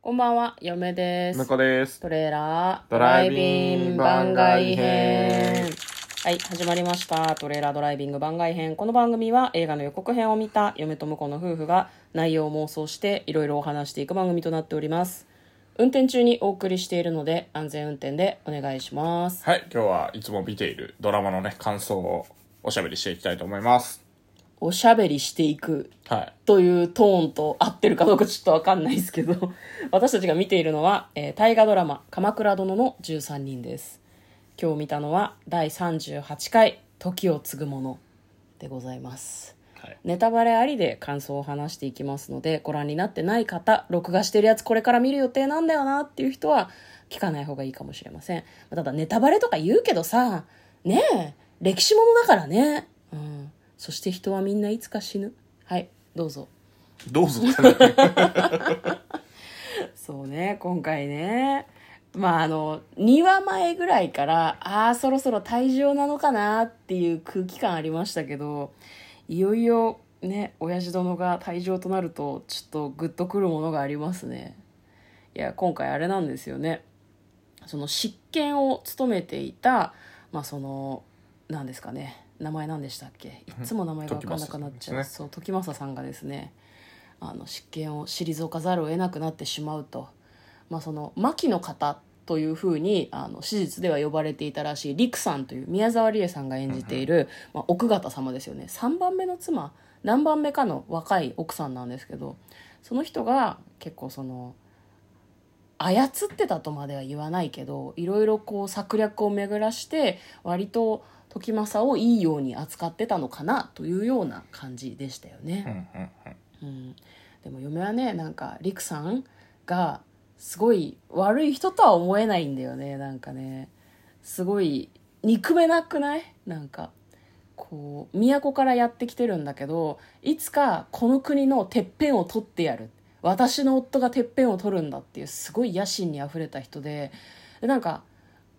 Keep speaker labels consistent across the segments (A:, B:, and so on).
A: こんばんは、嫁です。
B: 向こうです。
A: トレーラー
B: ド
A: ド
B: ラ
A: ラ
B: イ
A: イ
B: ビ
A: ビ
B: ン
A: ン番
B: 番外
A: 外
B: 編
A: 編。はい、始まりました。トレーラードライビング番外編。この番組は映画の予告編を見た嫁と婿の夫婦が内容を妄想していろいろお話していく番組となっております。運転中にお送りしているので安全運転でお願いします。
B: はい、今日はいつも見ているドラマのね、感想をおしゃべりしていきたいと思います。
A: おしゃべりしていく
B: はい。
A: というトーンと合ってるかどうかちょっとわかんないですけど 私たちが見ているのは、えー大河ドラマ「鎌倉殿の13人」です今日見たのは第38回「時を継ぐもの」でございます
B: はい。
A: ネタバレありで感想を話していきますのでご覧になってない方録画してるやつこれから見る予定なんだよなっていう人は聞かない方がいいかもしれませんただネタバレとか言うけどさねえ歴史ものだからね、うん、そして人はみんないつか死ぬはいどうぞ
B: どうぞ。は
A: そうね今回ねまああの2話前ぐらいからああそろそろ退場なのかなっていう空気感ありましたけどいよいよね親父殿が退場となるとちょっとグッとくるものがありますねいや今回あれなんですよねその執権を務めていたまあその何ですかね名前何でしたっけいっつも名前が分かんなくなっちゃう、
B: 時政さんですね
A: そう時政さんがですねあの執権を退かざるを得なくなってしまうと、まあ、その牧の方というふうにあの史実では呼ばれていたらしい陸さんという宮沢りえさんが演じている、まあ、奥方様ですよね3番目の妻何番目かの若い奥さんなんですけどその人が結構その操ってたとまでは言わないけどいろいろこう策略を巡らして割と時政をいいように扱ってたのかなというような感じでしたよね。
B: うんうんうん
A: うん、でも嫁はねなんか陸さんがすごい悪い人とは思えないんだよねなんかねすごい憎めなくないなんかこう都からやってきてるんだけどいつかこの国のてっぺんを取ってやる私の夫がてっぺんを取るんだっていうすごい野心にあふれた人ででなんか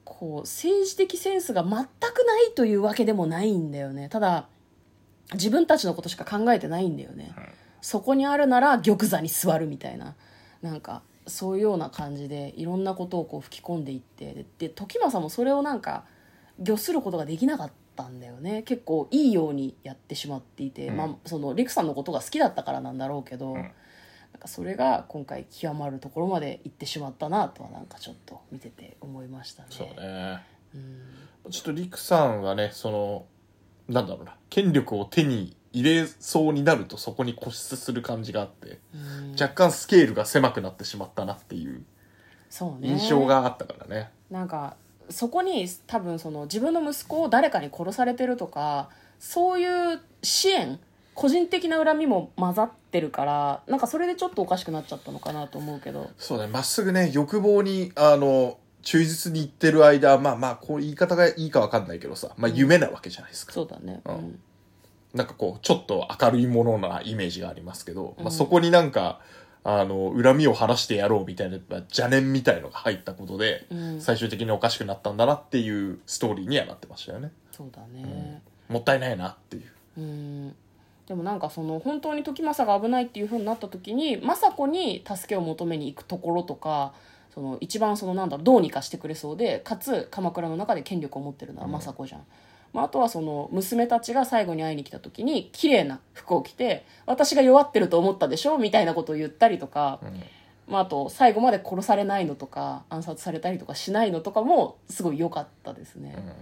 A: こう政治的センスが全くないというわけでもないんだよねただ自分たちのことしか考えてないんだよね、そこにあるなら玉座に座るみたいななんかそういうような感じでいろんなことをこう吹き込んでいってでで時政もそれをなんか御することができなかったんだよね結構いいようにやってしまっていて、
B: うん
A: まあその陸さんのことが好きだったからなんだろうけど、
B: うん
A: なんかそれが今回極まるところまで行ってしまったなとはなんかちょっと見てて思いましたね。
B: そうね。
A: うん
B: ちょっとリクさんはね、その、なんだろうな、権力を手に入れそうになるとそこに固執する感じがあって、
A: うん
B: 若干スケールが狭くなってしまったなっていう
A: そうね
B: 印象があったからね。
A: なんかそこに多分その自分の息子を誰かに殺されてるとかそういう支援個人的な恨みも混ざってるからなんかそれでちょっとおかしくなっちゃったのかなと思うけど
B: そうね、まっすぐね、欲望に、あの、忠実に言ってる間、まあまあ、こう言い方がいいかわかんないけどさ、まあ
A: うん
B: 夢なわけじゃないですか。
A: そうだねう
B: うん
A: ん
B: なんかこう、ちょっと明るいものなイメージがありますけど、
A: う
B: ま
A: ん
B: あそこになんか、あの、恨みを晴らしてやろうみたいな、まあ邪念みたいのが入ったことで、
A: うん
B: 最終的におかしくなったんだなっていうストーリーにはなってましたよね。
A: そうだね
B: もったいないなっていう。
A: うんでもなんかその本当に時政が危ないっていう風になった時に政子に助けを求めに行くところとかその一番そのなんだろうどうにかしてくれそうでかつ鎌倉の中で権力を持ってるのは
B: うん
A: 政子じゃん、まあ、あとはその娘たちが最後に会いに来た時に綺麗な服を着て私が弱ってると思ったでしょみたいなことを言ったりとか、
B: うん
A: まあ、あと最後まで殺されないのとか暗殺されたりとかしないのとかもすごい良かったですね。
B: うん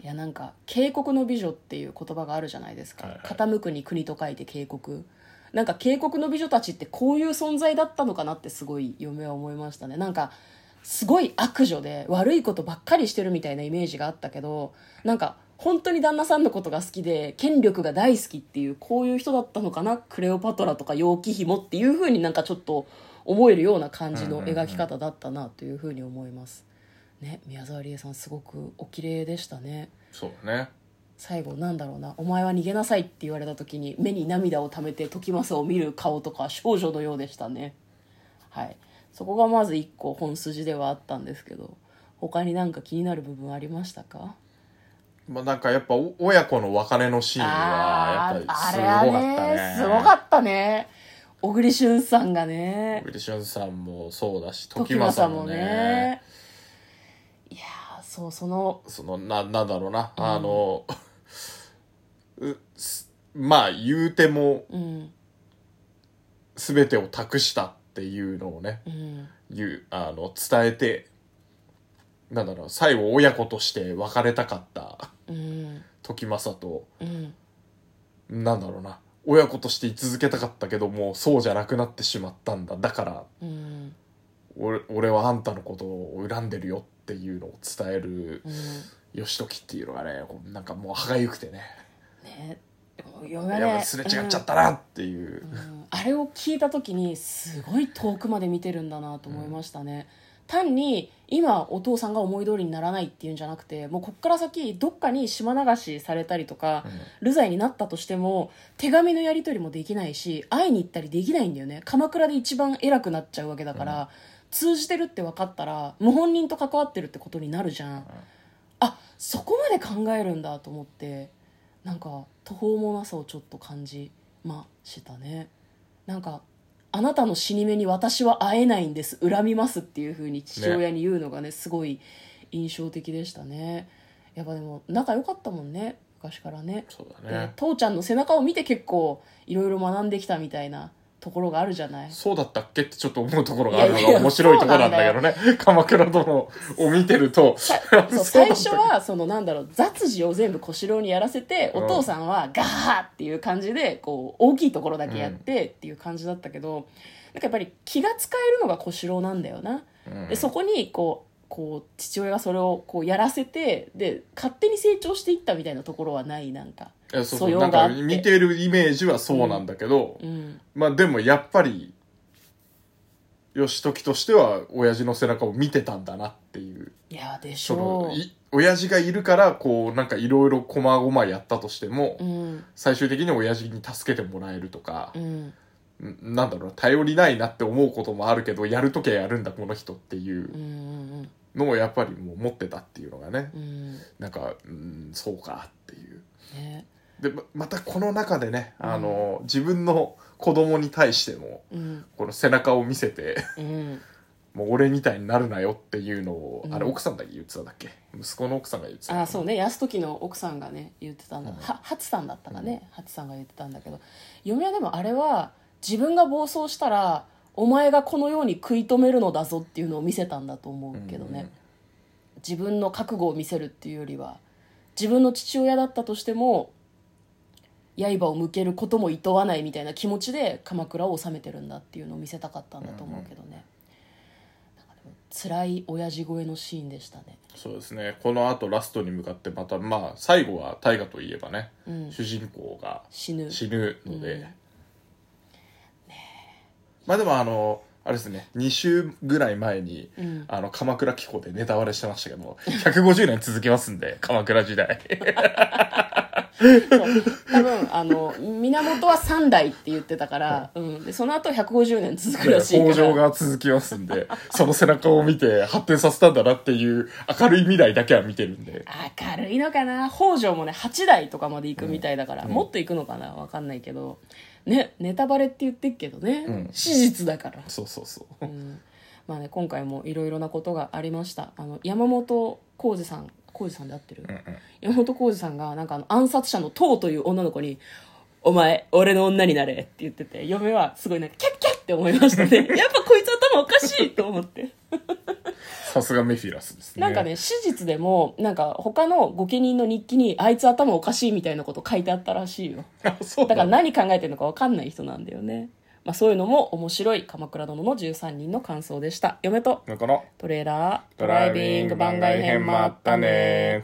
A: いやなんか「警告の美女」っていう言葉があるじゃないですか、
B: はいはい
A: 傾くに国と書いて警告なんか警告の美女たちってこういう存在だったのかなってすごい嫁は思いましたねなんかすごい悪女で悪いことばっかりしてるみたいなイメージがあったけどなんか本当に旦那さんのことが好きで権力が大好きっていうこういう人だったのかなクレオパトラとか楊貴妃もっていう風になんかちょっと思えるような感じの描き方だったなという風に思います、ね宮沢りえさんすごくお綺麗でしたね
B: そうだね。
A: 最後なんだろうな「お前は逃げなさい」って言われた時に目に涙をためて時政を見る顔とか少女のようでしたねはいそこがまず一個本筋ではあったんですけど他になんか気になる部分ありましたか
B: まあなんかやっぱお親子の別れのシーンは、やっぱりすごかったね。
A: あーあれはねすごかったね小栗旬さんがね
B: ウィルションさんもそうだし
A: 時
B: 時
A: 政
B: 政
A: も
B: もね
A: ねいやーそうその
B: そのななんだろうな、
A: うん
B: あの うすまあ言うても
A: うん
B: 全てを託したっていうのをね
A: うん
B: 言うあの伝えてなんだろう最後親子として別れたかった
A: うん
B: 時政と
A: うん
B: なんだろうな親子として居続けたかったけどもうそうじゃなくなってしまったんだだから
A: うん
B: 俺俺はあんたのことを恨んでるよっていうのを伝える
A: うん
B: 義時っていうのがねこうなんかもう歯がゆくてね
A: ね読め
B: やばいすれ違っちゃったなってい
A: う
B: う、
A: んあれを聞いた時にすごい遠くまで見てるんだなと思いましたね、単に今お父さんが思い通りにならないっていうんじゃなくてもうこっから先どっかに島流しされたりとか、流罪になったとしても手紙のやり取りもできないし会いに行ったりできないんだよね鎌倉で一番偉くなっちゃうわけだから、通じてるって分かったら謀反人と関わってるってことになるじゃん、あそこまで考えるんだと思ってなんか途方もなさをちょっと感じましたねなんかあなたの死に目に私は会えないんです恨みますっていうふうに父親に言うのがねすごい印象的でしたねやっぱでも仲良かったもんね昔からね
B: そうだ
A: で
B: ね
A: 父ちゃんの背中を見て結構いろいろ学んできたみたいなところがあるじゃない
B: そうだったっけってちょっと思うところがある
A: い
B: の
A: やいや
B: が面白いところなんだけどね鎌倉殿を見てると
A: さ そう
B: そう
A: 最
B: だった
A: 初はそのなんだろう雑事を全部小四郎にやらせて
B: う
A: お
B: ん
A: 父さんはガーっていう感じでこう大きいところだけやってっていう感じだったけど、なんかやっぱり気が使えるのが小四郎なんだよな、
B: うん
A: でそこにこうこう父親がそれをこうやらせてで勝手に成長していったみたいなところはないなんか
B: いやそうそ
A: 素
B: う
A: 養
B: なん
A: があ
B: か
A: って
B: 見てるイメージはそうなんだけど、
A: うん
B: まあでもやっぱり義時としては親父の背中を見てたんだなっていう
A: いやでし
B: そ
A: ょ
B: の
A: う
B: い親父がいるからこうなんかいろいろこまごまやったとしても、
A: うん
B: 最終的に親父に助けてもらえるとか
A: う、ん
B: んなんだろう頼りないなって思うこともあるけどやるときはやるんだこの人ってい
A: うんう
B: うんのをやっぱりもう持ってたっていうのがね
A: うんうん
B: なんかうんそうかっていう
A: ね
B: でままたこの中でねあの、自分の子供に対しても
A: うん
B: この背中を見せて
A: うん
B: もう俺みたいになるなよっていうのを、
A: うん
B: あれ奥さんだけ言ってたんだっけ息子の奥さんが言ってた
A: あそう
B: ね
A: ね泰時の奥さんがね言ってたんだ、
B: うん
A: はハツさんだったかね、ハツさんが言ってたんだけど嫁はでもあれは自分が暴走したらお前がこのように食い止めるのだぞっていうのを見せたんだと思うけどね、自分の覚悟を見せるっていうよりは自分の父親だったとしても刃を向けることも厭わないみたいな気持ちで鎌倉を治めてるんだっていうのを見せたかったんだと思うけどね、なんかでも辛い親父越えのシーンでしたね
B: そうですねこのあとラストに向かってまたまあ最後は大河といえばね、
A: うん
B: 主人公が
A: 死ぬ
B: 死ぬので、
A: うん
B: まあでもあのあれですね2週ぐらい前に、
A: うん
B: あの鎌倉紀行でネタバレしてましたけど150年続きますんで 鎌倉時代
A: そう多分あ の源は3代って言ってたから、うん、でその後150年続くらしいから
B: 北条が続きますんでその背中を見て発展させたんだなっていう明るい未来だけは見てるんで
A: 明るいのかな北条もね8代とかまで行くみたいだから、もっと行くのかなわかんないけどねネタバレって言ってっけどね、
B: うん
A: 史実だから、
B: そうそうそう
A: うん、まあね今回もいろいろなことがありましたあの山本浩二さん浩二さんで合ってる、
B: うんうん
A: 山本浩二さんがなんかあの暗殺者の唐という女の子に「お前俺の女になれ」って言ってて嫁はすごいなんかキャッキャッって思いま したねやっぱこいつ頭おかしいと思って
B: さすがメフィラスですね
A: なんかね史実でもなんか他の御家人の日記にあいつ頭おかしいみたいなこと書いてあったらしいよ
B: あ そう
A: だか
B: だ
A: ら何考えてるのか分かんない人なんだよね、まあ、そういうのも面白い「鎌倉殿の13人」の感想でした嫁と
B: だから
A: トレーラード
B: ドライビング番外編もあったね